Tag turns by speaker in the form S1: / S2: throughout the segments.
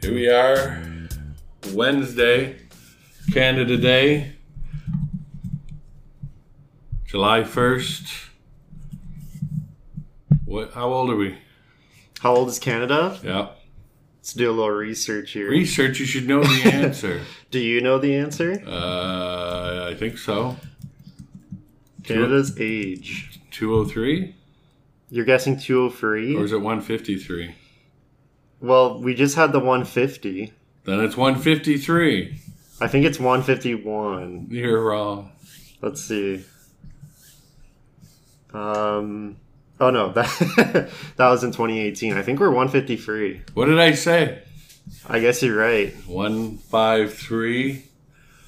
S1: Here we are, Wednesday, Canada Day, July 1st. What, how old are we?
S2: How old is Canada?
S1: Yeah.
S2: Let's do a little research here.
S1: Research, you should know the answer.
S2: do you know the answer?
S1: uh, I think so.
S2: Canada's age.
S1: 203?
S2: You're guessing
S1: Or
S2: 203?
S1: is it 153?
S2: Well, we just had the 150.
S1: Then it's 153.
S2: I think it's 151.
S1: You're wrong.
S2: Let's see. Um. Oh no, that that was in 2018. I think we're 153.
S1: What did I say?
S2: I guess you're right.
S1: 153.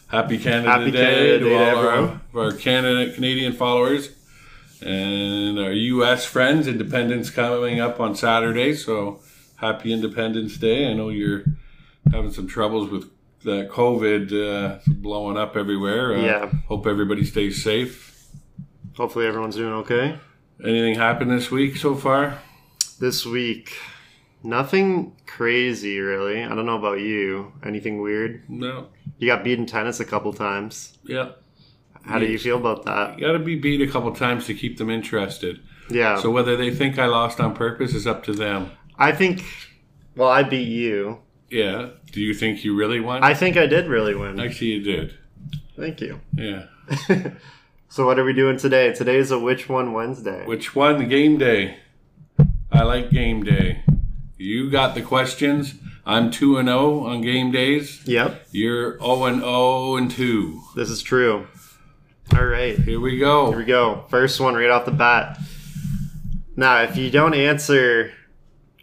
S1: Happy Canada
S2: Happy
S1: Day to
S2: Canada Day to
S1: all our,
S2: everyone.
S1: our Canada, Canadian followers and our U.S. friends. Independence coming up on Saturday, so happy Independence Day. I know you're having some troubles with the COVID uh, blowing up everywhere. Uh,
S2: Yeah.
S1: Hope everybody stays safe.
S2: Hopefully everyone's doing okay.
S1: Anything happened this week so far?
S2: This week, nothing crazy really. I don't know about you. Anything weird?
S1: No.
S2: You got beat in tennis a couple times.
S1: Yeah.
S2: How do you feel about that?
S1: You got to be beat a couple times to keep them interested.
S2: Yeah.
S1: So whether they think I lost on purpose is up to them.
S2: I think, well, I beat you.
S1: Yeah. Do you think you really won?
S2: I think I did really win.
S1: Actually, you did.
S2: Thank you.
S1: Yeah.
S2: so, what are we doing today? Today is a Which One Wednesday.
S1: Which one? Game day. I like game day. You got the questions. I'm 2 and 0 on game days.
S2: Yep,
S1: You're 0 and 0 and 2.
S2: this is true. All right, here
S1: Here we go.
S2: we go. First one right off the bat. Now, if you don't answer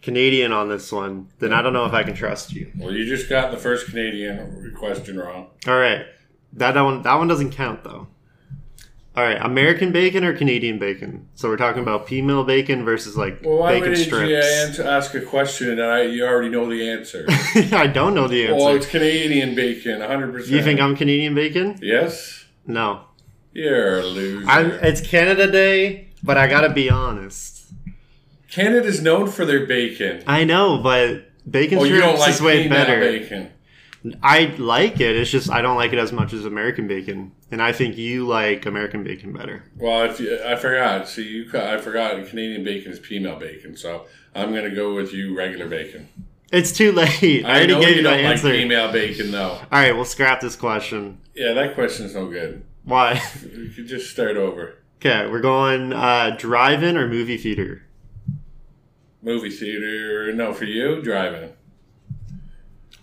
S2: Canadian on this one, then I don't know if I can trust you.
S1: Well, you just got the first Canadian question wrong.
S2: All right, that one that one doesn't count though. All right, American bacon or Canadian bacon? So we're talking about pea mill bacon versus like
S1: Well, why
S2: bacon
S1: would
S2: strips.
S1: you ans- ask a question and I, you already know the answer?
S2: I don't know the answer.
S1: well, it's Canadian bacon, 100%.
S2: you think I'm Canadian bacon?
S1: Yes?
S2: No.
S1: You're a loser.
S2: I'm, it's Canada Day, but I gotta be honest.
S1: Canada's known for their bacon.
S2: I know, but bacon
S1: Oh, you
S2: strips
S1: don't like
S2: is way
S1: peanut
S2: better.
S1: bacon.
S2: I like it. It's just I don't like it as much as American bacon, and I think you like American bacon better.
S1: Well, if you, I forgot. See, you, ca- I forgot. Canadian bacon is female bacon, so I'm gonna go with you regular bacon.
S2: It's too late. I,
S1: I,
S2: already
S1: know
S2: gave
S1: you
S2: you my
S1: don't like
S2: answer.
S1: female bacon, though.
S2: All right, we'll scrap this question.
S1: Yeah, that question's no good.
S2: Why?
S1: You could just start over.
S2: okay, we're going uh, drive-in or movie theater.
S1: Movie theater? No, for you, driving.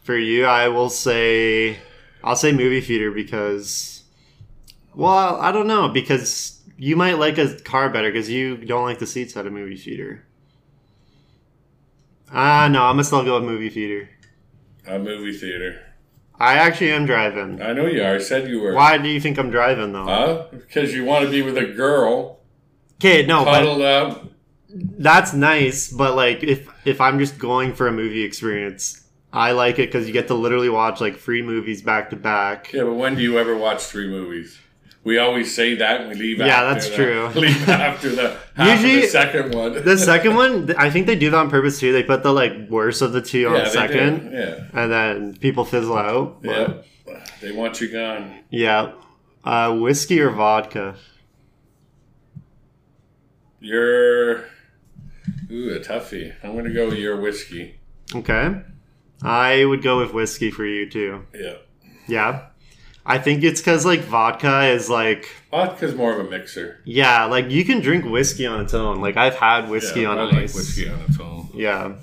S2: For you, I will say, I'll say movie theater because, well, I don't know because you might like a car better because you don't like the seats at a movie theater. Ah, no, I'm gonna still go with movie theater.
S1: A movie theater.
S2: I actually am driving.
S1: I know you are. I said you were.
S2: Why do you think I'm driving though?
S1: Huh? Because you want to be with a girl,
S2: Okay, no, Oh, but
S1: cuddled up.
S2: that's nice. But like, if if I'm just going for a movie experience, I like it because you get to literally watch like free movies back to back.
S1: Yeah, but when do you ever watch three movies? We always say that and we leave
S2: Yeah,
S1: after
S2: that's
S1: the-
S2: true.
S1: Leave after the, half of the
S2: Usually-
S1: second one.
S2: The second one, th- I think they do that on purpose too. They put the like worst of the two on
S1: yeah, they do.
S2: second,
S1: Yeah.
S2: and then people fizzle out.
S1: Yeah.
S2: But,
S1: They want you gone.
S2: yeah. Uh, whiskey or vodka?
S1: You're ooh a toughie. I'm gonna go with your whiskey.
S2: Okay, I would go with whiskey for you too.
S1: Yeah,
S2: Yeah, I think it's because like vodka is like
S1: vodka's more of a mixer.
S2: yeah, like you can drink whiskey on its own. Like I've had whiskey
S1: yeah,
S2: on
S1: I
S2: ice.
S1: like whiskey on its own.
S2: Yeah,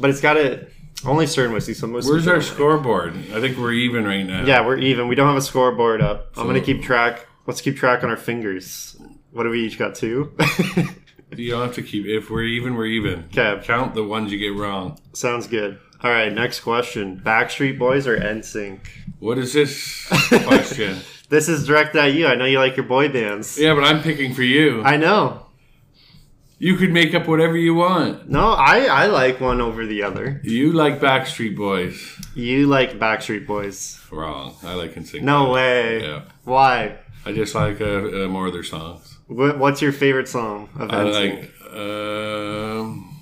S2: but it's got to only certain whiskey. Some whiskey.
S1: Where's our scoreboard? I think we're even right now.
S2: Yeah, we're even. We don't have a scoreboard up. I'm gonna
S1: So-
S2: keep track. Let's keep track on our fingers. What do we each got? Two.
S1: You don't have to keep. If we're even, we're even.
S2: okay,
S1: Count the ones you get wrong.
S2: sounds good. All right, next question: Backstreet Boys or NSYNC?
S1: What is this question?
S2: This is directed at you. I know you like your boy bands.
S1: yeah, but I'm picking for you.
S2: I know.
S1: you could make up whatever you want.
S2: No, I I like one over the other.
S1: You like Backstreet Boys.
S2: You like Backstreet Boys?
S1: Wrong. I like NSYNC.
S2: No way.
S1: Yeah.
S2: Why?
S1: I just like uh, uh, more of their songs.
S2: What, what's your favorite song of
S1: I
S2: Ed
S1: like.
S2: Singer?
S1: Um,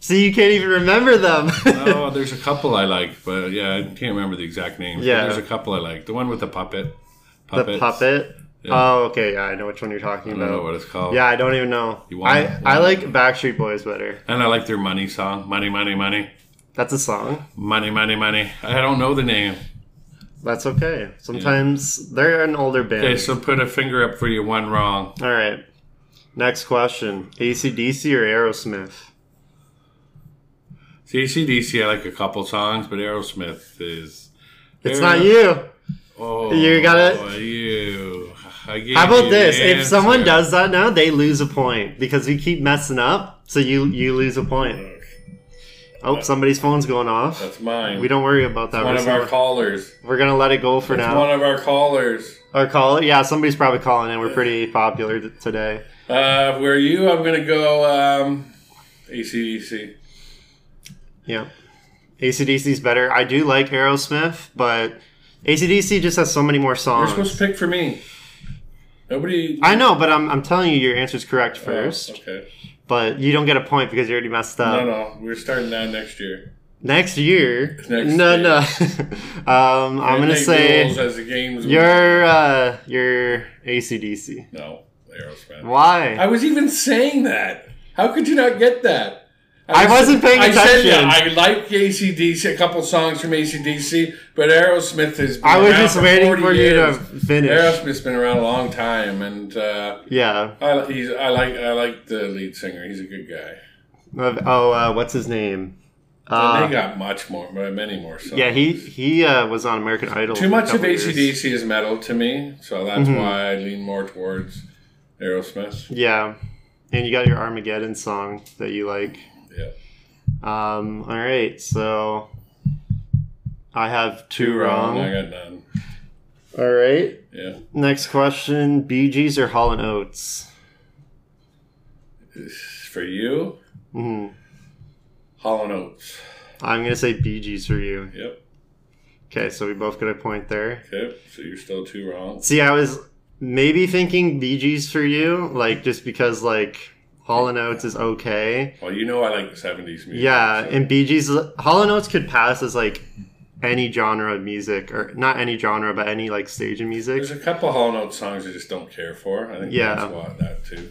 S2: See, you can't even remember them.
S1: oh, there's a couple I like, but yeah, I can't remember the exact names. but
S2: Yeah.
S1: there's a couple I like. The one with the puppet.
S2: the
S1: Puppets.
S2: puppet.
S1: Yeah.
S2: Oh, okay. Yeah, I know which one you're talking
S1: I don't know
S2: about.
S1: what it's called.
S2: Yeah, I don't even know.
S1: Oh. You want
S2: I,
S1: it?
S2: I like Backstreet Boys better.
S1: And I like their money song. Money, money, money.
S2: That's a song.
S1: Money, money, money. I don't know the name.
S2: That's okay. Sometimes they're an older band.
S1: Okay, so put a finger up for your one wrong.
S2: All right. Next question: ACDC or Aerosmith?
S1: See, ACDC, I like a couple songs, but Aerosmith is. Aero-
S2: It's not you.
S1: Oh,
S2: You gotta-
S1: You. I gave
S2: How
S1: you
S2: about
S1: the
S2: this? If someone
S1: answer.
S2: does that now, they lose a point because we keep messing up. So you you lose a point. Oh, somebody's phone's going off.
S1: That's mine.
S2: We don't worry about that.
S1: One
S2: We're,
S1: of our
S2: gonna-
S1: callers.
S2: we're gonna let it go for
S1: It's
S2: now.
S1: One of our callers.
S2: Or call Yeah, somebody's probably calling in. We're pretty popular t- today.
S1: Uh, where are you? I'm gonna go. Um, E ACDC.
S2: Yeah. ACDC's better. I do like Aerosmith, but ACDC just has so many more
S1: You're
S2: songs.
S1: supposed to pick for me. Nobody.
S2: I know, but I'm, I'm telling you your answer's correct
S1: Oh,
S2: first.
S1: okay.
S2: But you don't get a point because you already messed up.
S1: No, no. We're starting that next year.
S2: Next year.
S1: Next
S2: no,
S1: year.
S2: no. um, I'm
S1: And
S2: going to
S1: they rules
S2: say
S1: as the games.
S2: you're, uh, you're ACDC.
S1: no Aerosmith.
S2: Why?
S1: I was even saying that. How could you not get that?
S2: I wasn't paying
S1: I said
S2: attention.
S1: that. I like ACDC, a couple songs from ACDC, but Aerosmith has been
S2: I was
S1: around
S2: just waiting
S1: 40
S2: for
S1: years.
S2: you to finish.
S1: Aerosmith's been around a long time, and uh,
S2: Yeah.
S1: I, he's, I like I like the lead singer. He's a good guy.
S2: Of- Oh, uh, what's his name?
S1: And
S2: Uh,
S1: they got much more, many more songs.
S2: yeah, he he uh, was on American Idol.
S1: Too much of
S2: ACDC.
S1: ACDC is metal to me, so that's
S2: Mm-hmm.
S1: why I lean more towards Aerosmith.
S2: Yeah, and you got your Armageddon song that you like.
S1: Yeah.
S2: Um, all right, so I have two,
S1: Too
S2: wrong.
S1: wrong. I got none.
S2: All right,
S1: Yeah.
S2: next question: Bee Gees or Hall and Oates?
S1: For you,
S2: hmm
S1: Hall and Oates.
S2: I'm gonna say Bee Gees for you.
S1: Yep.
S2: Okay, so we both got a point there.
S1: Okay. So you're still too wrong.
S2: See, I was maybe thinking Bee Gees for you, like just because like Hall and Oates is okay.
S1: Well, you know I like the 70s music.
S2: Yeah,
S1: so-
S2: and Bee Gees, Hollow Notes could pass as like any genre of music, or not any genre, but any like stage of music.
S1: There's a couple Hall and Oates songs I just don't care for. I think
S2: Yeah.
S1: that's why that too.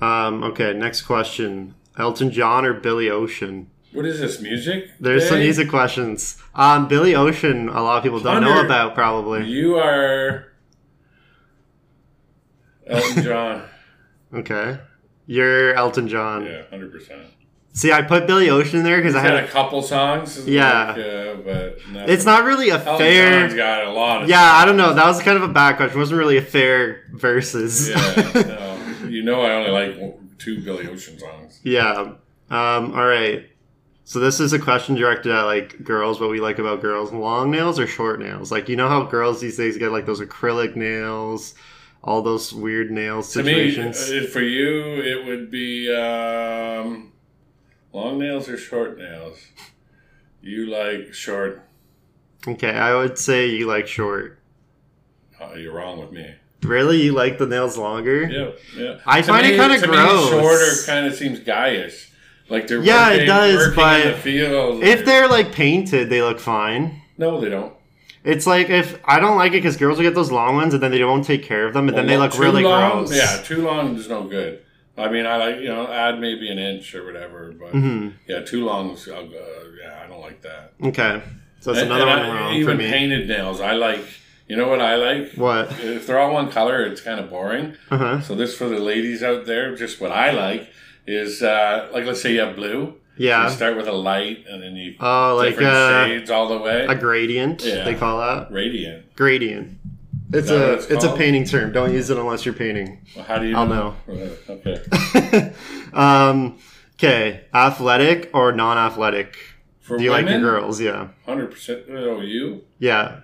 S2: Um, okay, next question: Elton John or Billy Ocean?
S1: What is this music?
S2: There's some
S1: Day?
S2: music questions. Um, Billy Ocean, a lot of people don't know
S1: Hunter.
S2: about probably.
S1: You are Elton John.
S2: Okay, you're Elton John.
S1: yeah, hundred percent.
S2: See, I put Billy Ocean in there because I
S1: He's had
S2: had.
S1: a couple songs.
S2: Yeah.
S1: like, uh, but nothing.
S2: It's not really a
S1: Elton
S2: fair.
S1: John's got a lot. Of
S2: Yeah, I don't know. That was kind of a back question. It wasn't really a fair versus.
S1: yeah. No, you know, I only like one- two Billy Ocean songs.
S2: Yeah. Um, all right. So this is a question directed at like girls, what we like about girls, long nails or short nails. Like you know how girls these days get like those acrylic nails, all those weird nail
S1: To me, uh,
S2: situations.
S1: for you, it would be um, long nails or short nails. You like short.
S2: okay, I would say you like short.
S1: Oh, you're wrong with me.
S2: Really, you like the nails longer?
S1: Yeah, yeah.
S2: I
S1: To
S2: find it
S1: me-
S2: kinda
S1: to me,
S2: gross.
S1: Shorter kind of seems guyish. Like they're
S2: Yeah, it
S1: working,
S2: does,
S1: working
S2: but
S1: in the field.
S2: If they're like painted, they look fine.
S1: no, they don't.
S2: It's like if I don't like it because girls will get those long ones and then they don't take care of them and then they
S1: Well,
S2: look
S1: too
S2: really
S1: long,
S2: gross.
S1: Yeah, too long is no good. I mean, I like you know add maybe an inch or whatever, but
S2: hmm
S1: yeah, too long. is- Uh, yeah, I don't like that.
S2: Okay. So that's
S1: And-
S2: another
S1: and
S2: one
S1: I-
S2: wrong
S1: Even
S2: for me.
S1: painted nails, I like. You know what I like?
S2: what?
S1: If they're all one color, it's kind of boring.
S2: Uh huh.
S1: So this for the ladies out there, just what I like is uh, like let's say you have blue. You
S2: Yeah.
S1: start with a light, and then you
S2: Oh, like
S1: different
S2: uh,
S1: shades all the way.
S2: a gradient.
S1: Yeah.
S2: They call that
S1: Radiant.
S2: gradient. It's
S1: that
S2: a
S1: what
S2: it's,
S1: it's
S2: a
S1: called?
S2: painting term. Don't use it unless you're painting.
S1: Well, how do you?
S2: I'll
S1: Uh, Okay.
S2: um, okay, athletic or non-athletic?
S1: For
S2: Do you like your
S1: women,
S2: girls? Yeah,
S1: Hundred percent. Oh, you.
S2: yeah.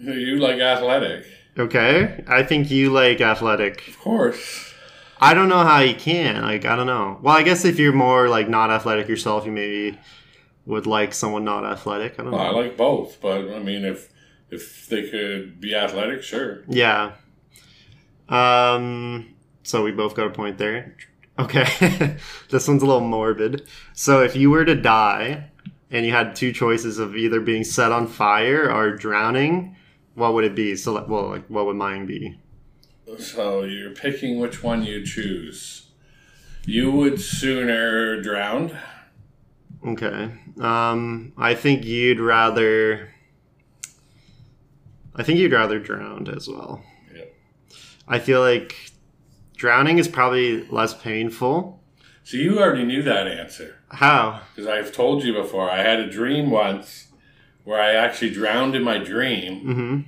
S1: You like athletic,
S2: Okay, I think you like athletic.
S1: of course.
S2: I don't know how you can. Like, I don't know. Well, I guess if you're more like not athletic yourself, you maybe would like someone not athletic. I don't
S1: Well, I
S2: know.
S1: like both, but I mean, if if they could be athletic, sure.
S2: Yeah. Um, so we both got a point there. Okay. this one's a little morbid. So if you were to die and you had two choices of either being set on fire or drowning, what would it be? So, like, well, like, what would mine be?
S1: So you're picking which one you choose. You would sooner drown.
S2: Okay. Um, I think you'd rather. I think you'd rather drowned as well.
S1: Yeah.
S2: I feel like drowning is probably less painful.
S1: So you already knew that answer
S2: How?
S1: because I've told you before. I had a dream once where I actually drowned in my dream.
S2: Mm-hmm.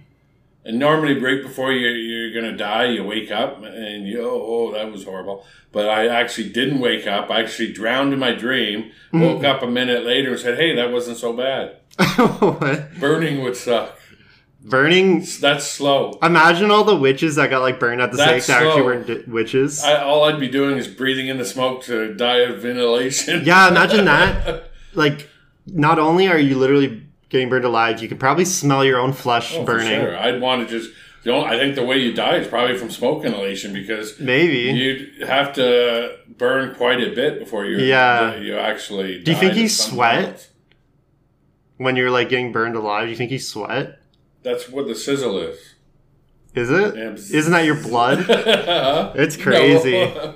S1: And normally, right before you, you're going to die, you wake up and you, oh, oh, that was horrible. But I actually didn't wake up. I actually drowned in my dream,
S2: Hmm.
S1: woke up a minute later and said, hey, that wasn't so bad.
S2: what?
S1: Burning would suck.
S2: Burning.
S1: That's slow.
S2: Imagine all the witches that got like burned at the stake
S1: That's
S2: that actually
S1: so-
S2: were d- witches.
S1: I, all I'd be doing is breathing in the smoke to die of ventilation.
S2: yeah, imagine that. like, not only are you literally getting burned alive, you could probably smell your own flesh
S1: Oh, for
S2: burning.
S1: sure. I'd want to just. You know, I think the way you die is probably from smoke inhalation because
S2: Maybe.
S1: you'd have to burn quite a bit before you
S2: Yeah.
S1: you actually.
S2: Do you
S1: died
S2: think you
S1: of something
S2: sweat?
S1: else.
S2: when you're like getting burned alive, you think you sweat?
S1: That's what the sizzle is.
S2: Is it?
S1: Yeah, bzz.
S2: Isn't that your blood? It's
S1: No.
S2: crazy. All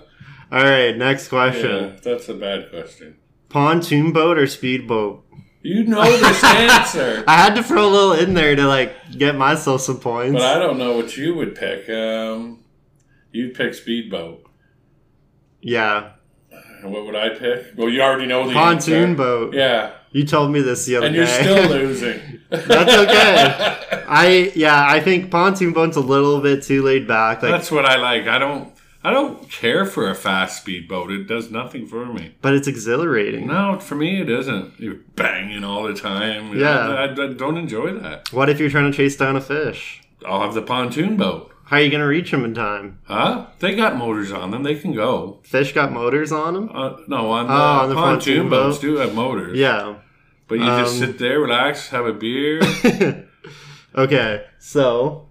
S2: right, next question.
S1: yeah, that's a bad question.
S2: Pontoon boat or speedboat?
S1: You know this answer,
S2: I had to throw a little in there to like get myself some points.
S1: but I don't know what you would pick. Um, you'd pick speedboat.
S2: yeah,
S1: And what would I pick? Well, you already know the
S2: pontoon
S1: answer.
S2: boat.
S1: Yeah,
S2: You told me this the other
S1: and
S2: day.
S1: you're still losing.
S2: That's okay. I yeah, I think pontoon boat's a little bit too laid back. Like,
S3: That's what I like. I don't. I don't care for a fast speed boat. It does nothing for me.
S2: but it's exhilarating.
S3: No, for me it isn't. You're banging all the time.
S2: Yeah.
S3: I, I- I don't enjoy that.
S2: What if you're trying to chase down a fish?
S3: I'll have the pontoon boat.
S2: How are you gonna reach him in time?
S3: Huh? They got motors on them. They can go.
S2: Fish got motors on him.
S3: Uh, no, on,
S2: Oh,
S3: the,
S2: on
S3: pontoon,
S2: the pontoon
S3: boats
S2: boat.
S3: do have motors.
S2: Yeah.
S3: But you just
S2: Um,
S3: sit there, relax, have a beer.
S2: okay, so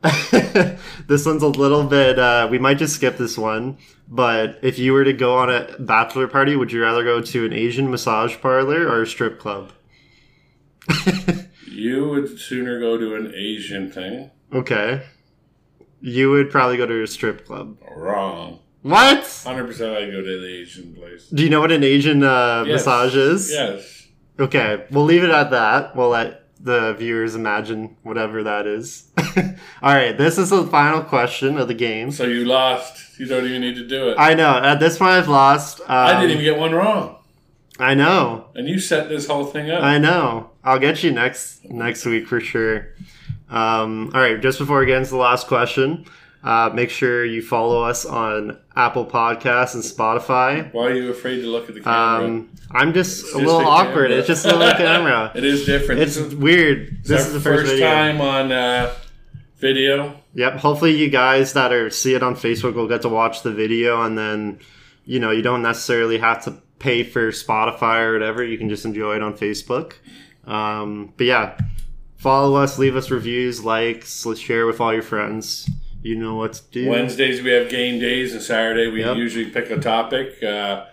S2: this one's a little bit. Uh, we might just skip this one, but if you were to go on a bachelor party, would you rather go to an Asian massage parlor or a strip club?
S1: You would sooner go to an Asian thing.
S2: Okay, you would probably go to a strip club.
S1: Wrong.
S2: What?
S1: Hundred percent, I go to the Asian place.
S2: Do you know what an Asian uh,
S1: Yes.
S2: massage is?
S1: Yes,
S2: Okay, we'll leave it at that. We'll let the viewers imagine whatever that is. All right, this is the final question of the game.
S1: so you lost. You don't even need to do it. I,
S2: I know. At this point, I've lost. Um,
S1: didn't even get one wrong,
S2: I know.
S1: and you set this whole thing up.
S2: I know. I'll get you next next week for sure. Um, all right. Just before we get into the last question, uh, make sure you follow us on Apple Podcasts and Spotify.
S1: Why are you afraid to look at the camera?
S2: Um, I'm just
S1: It's
S2: a
S1: just
S2: little
S1: a
S2: awkward.
S1: camera.
S2: It's just a little camera.
S1: it is different.
S2: It's
S1: this is,
S2: weird. This is the first, video.
S1: time on uh, video.
S2: Yep. Hopefully, you guys that are see it on Facebook will get to watch the video, and then you know you don't necessarily have to pay for Spotify or whatever. You can just enjoy it on Facebook. Um, but yeah, follow us, leave us reviews, likes, let's share with all your friends. You know what to do.
S1: Wednesdays we have game days, and Saturday we
S2: Yep.
S1: usually pick a topic. Uh,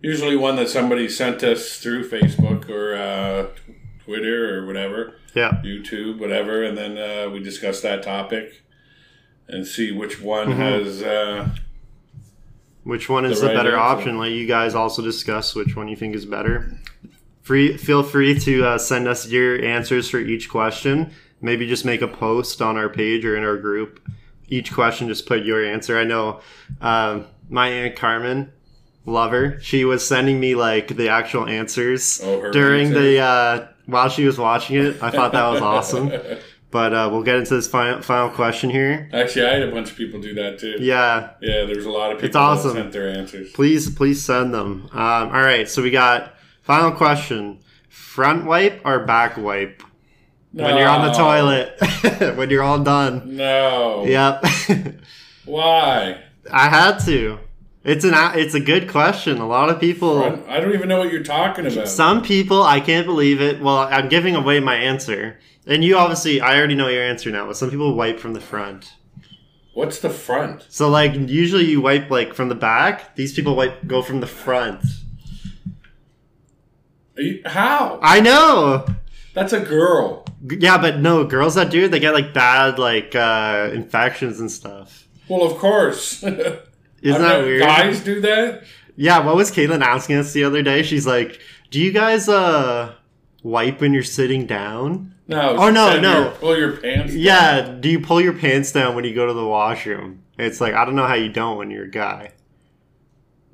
S1: usually one that somebody sent us through Facebook or uh, Twitter or whatever.
S2: Yeah.
S1: YouTube, whatever, and then uh, we discuss that topic and see which one
S2: Mhm.
S1: has. Uh,
S2: Which one is
S1: The
S2: the,
S1: right
S2: better
S1: answer.
S2: option? Let you guys also discuss which one you think is better. Free, feel free to uh, send us your answers for each question. Maybe just make a post on our page or in our group. Each question, just put your answer. I know um, my aunt Carmen, love her. She was sending me like the actual answers
S1: Oh, her
S2: during
S1: answers.
S2: the uh, while she was watching it. I thought that was awesome. But uh, we'll get into this final, final question here.
S1: actually, I had a bunch of people do that too. Yeah,
S2: Yeah,
S1: there was a lot of people
S2: awesome.
S1: that sent their answers.
S2: Please, please send them. Um, all right, so we got final question: front wipe or back wipe when you're on the
S1: No.
S2: toilet when you're all done.
S1: No.
S2: Yep,
S1: Why?
S2: I had to. It's an it's a good question. A lot of people,
S1: I don't even know what you're talking about.
S2: some people, I can't believe it. Well, I'm giving away my answer, and you obviously, I already know your answer now. But some people wipe from the front.
S1: What's the front?
S2: So like usually you wipe like from the back. These people wipe go from the front.
S1: Are you, how?
S2: I know.
S1: That's a girl.
S2: G- Yeah, but no, girls that do it, they get like bad like uh infections and stuff.
S1: Well, of course. Isn't
S2: Isn't that weird?
S1: Guys do that.
S2: Yeah, what was Caitlin asking us the other day? She's like, "Do you guys uh wipe when you're sitting down?"
S1: No.
S2: Oh, no,
S1: send
S2: no.
S1: your- pull your pants. down.
S2: Yeah, do you pull your pants down when you go to the washroom? It's like I don't know how you don't when you're a guy.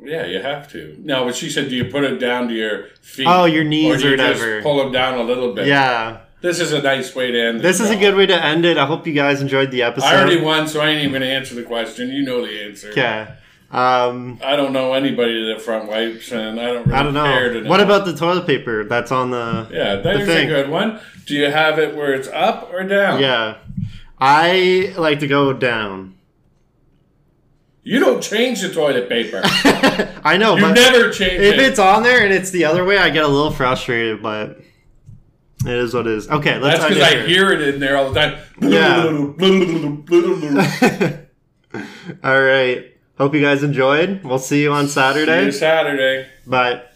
S1: Yeah, you have to. No, but she said, do you put it down to your feet?
S2: Oh, your knees
S1: do
S2: or
S1: you just
S2: whatever.
S1: pull them down a little bit.
S2: Yeah,
S1: This is a nice way to end.
S2: this is a
S1: show.
S2: good way to end it. I hope you guys enjoyed the episode.
S1: I already won, so I ain't even gonna answer the question. You know the answer.
S2: okay. Um,
S1: I don't know anybody that front wipes, and I don't really
S2: I don't
S1: care to
S2: know.
S1: know.
S2: What about the toilet paper that's on the?
S1: Yeah, there's a
S2: thing?
S1: good one. Do you have it where it's up or down?
S2: Yeah, I like to go down.
S1: You don't change the toilet paper.
S2: I know,
S1: you
S2: but
S1: never change
S2: if
S1: it.
S2: it's on there and it's the other way, I get a little frustrated. But it is what it is. Okay, let's.
S1: That's because
S2: end
S1: I
S2: it
S1: hear it in there all the time.
S2: here. All right. Hope you guys enjoyed. We'll see you on
S1: See you
S2: Saturday.
S1: Saturday.
S2: Bye.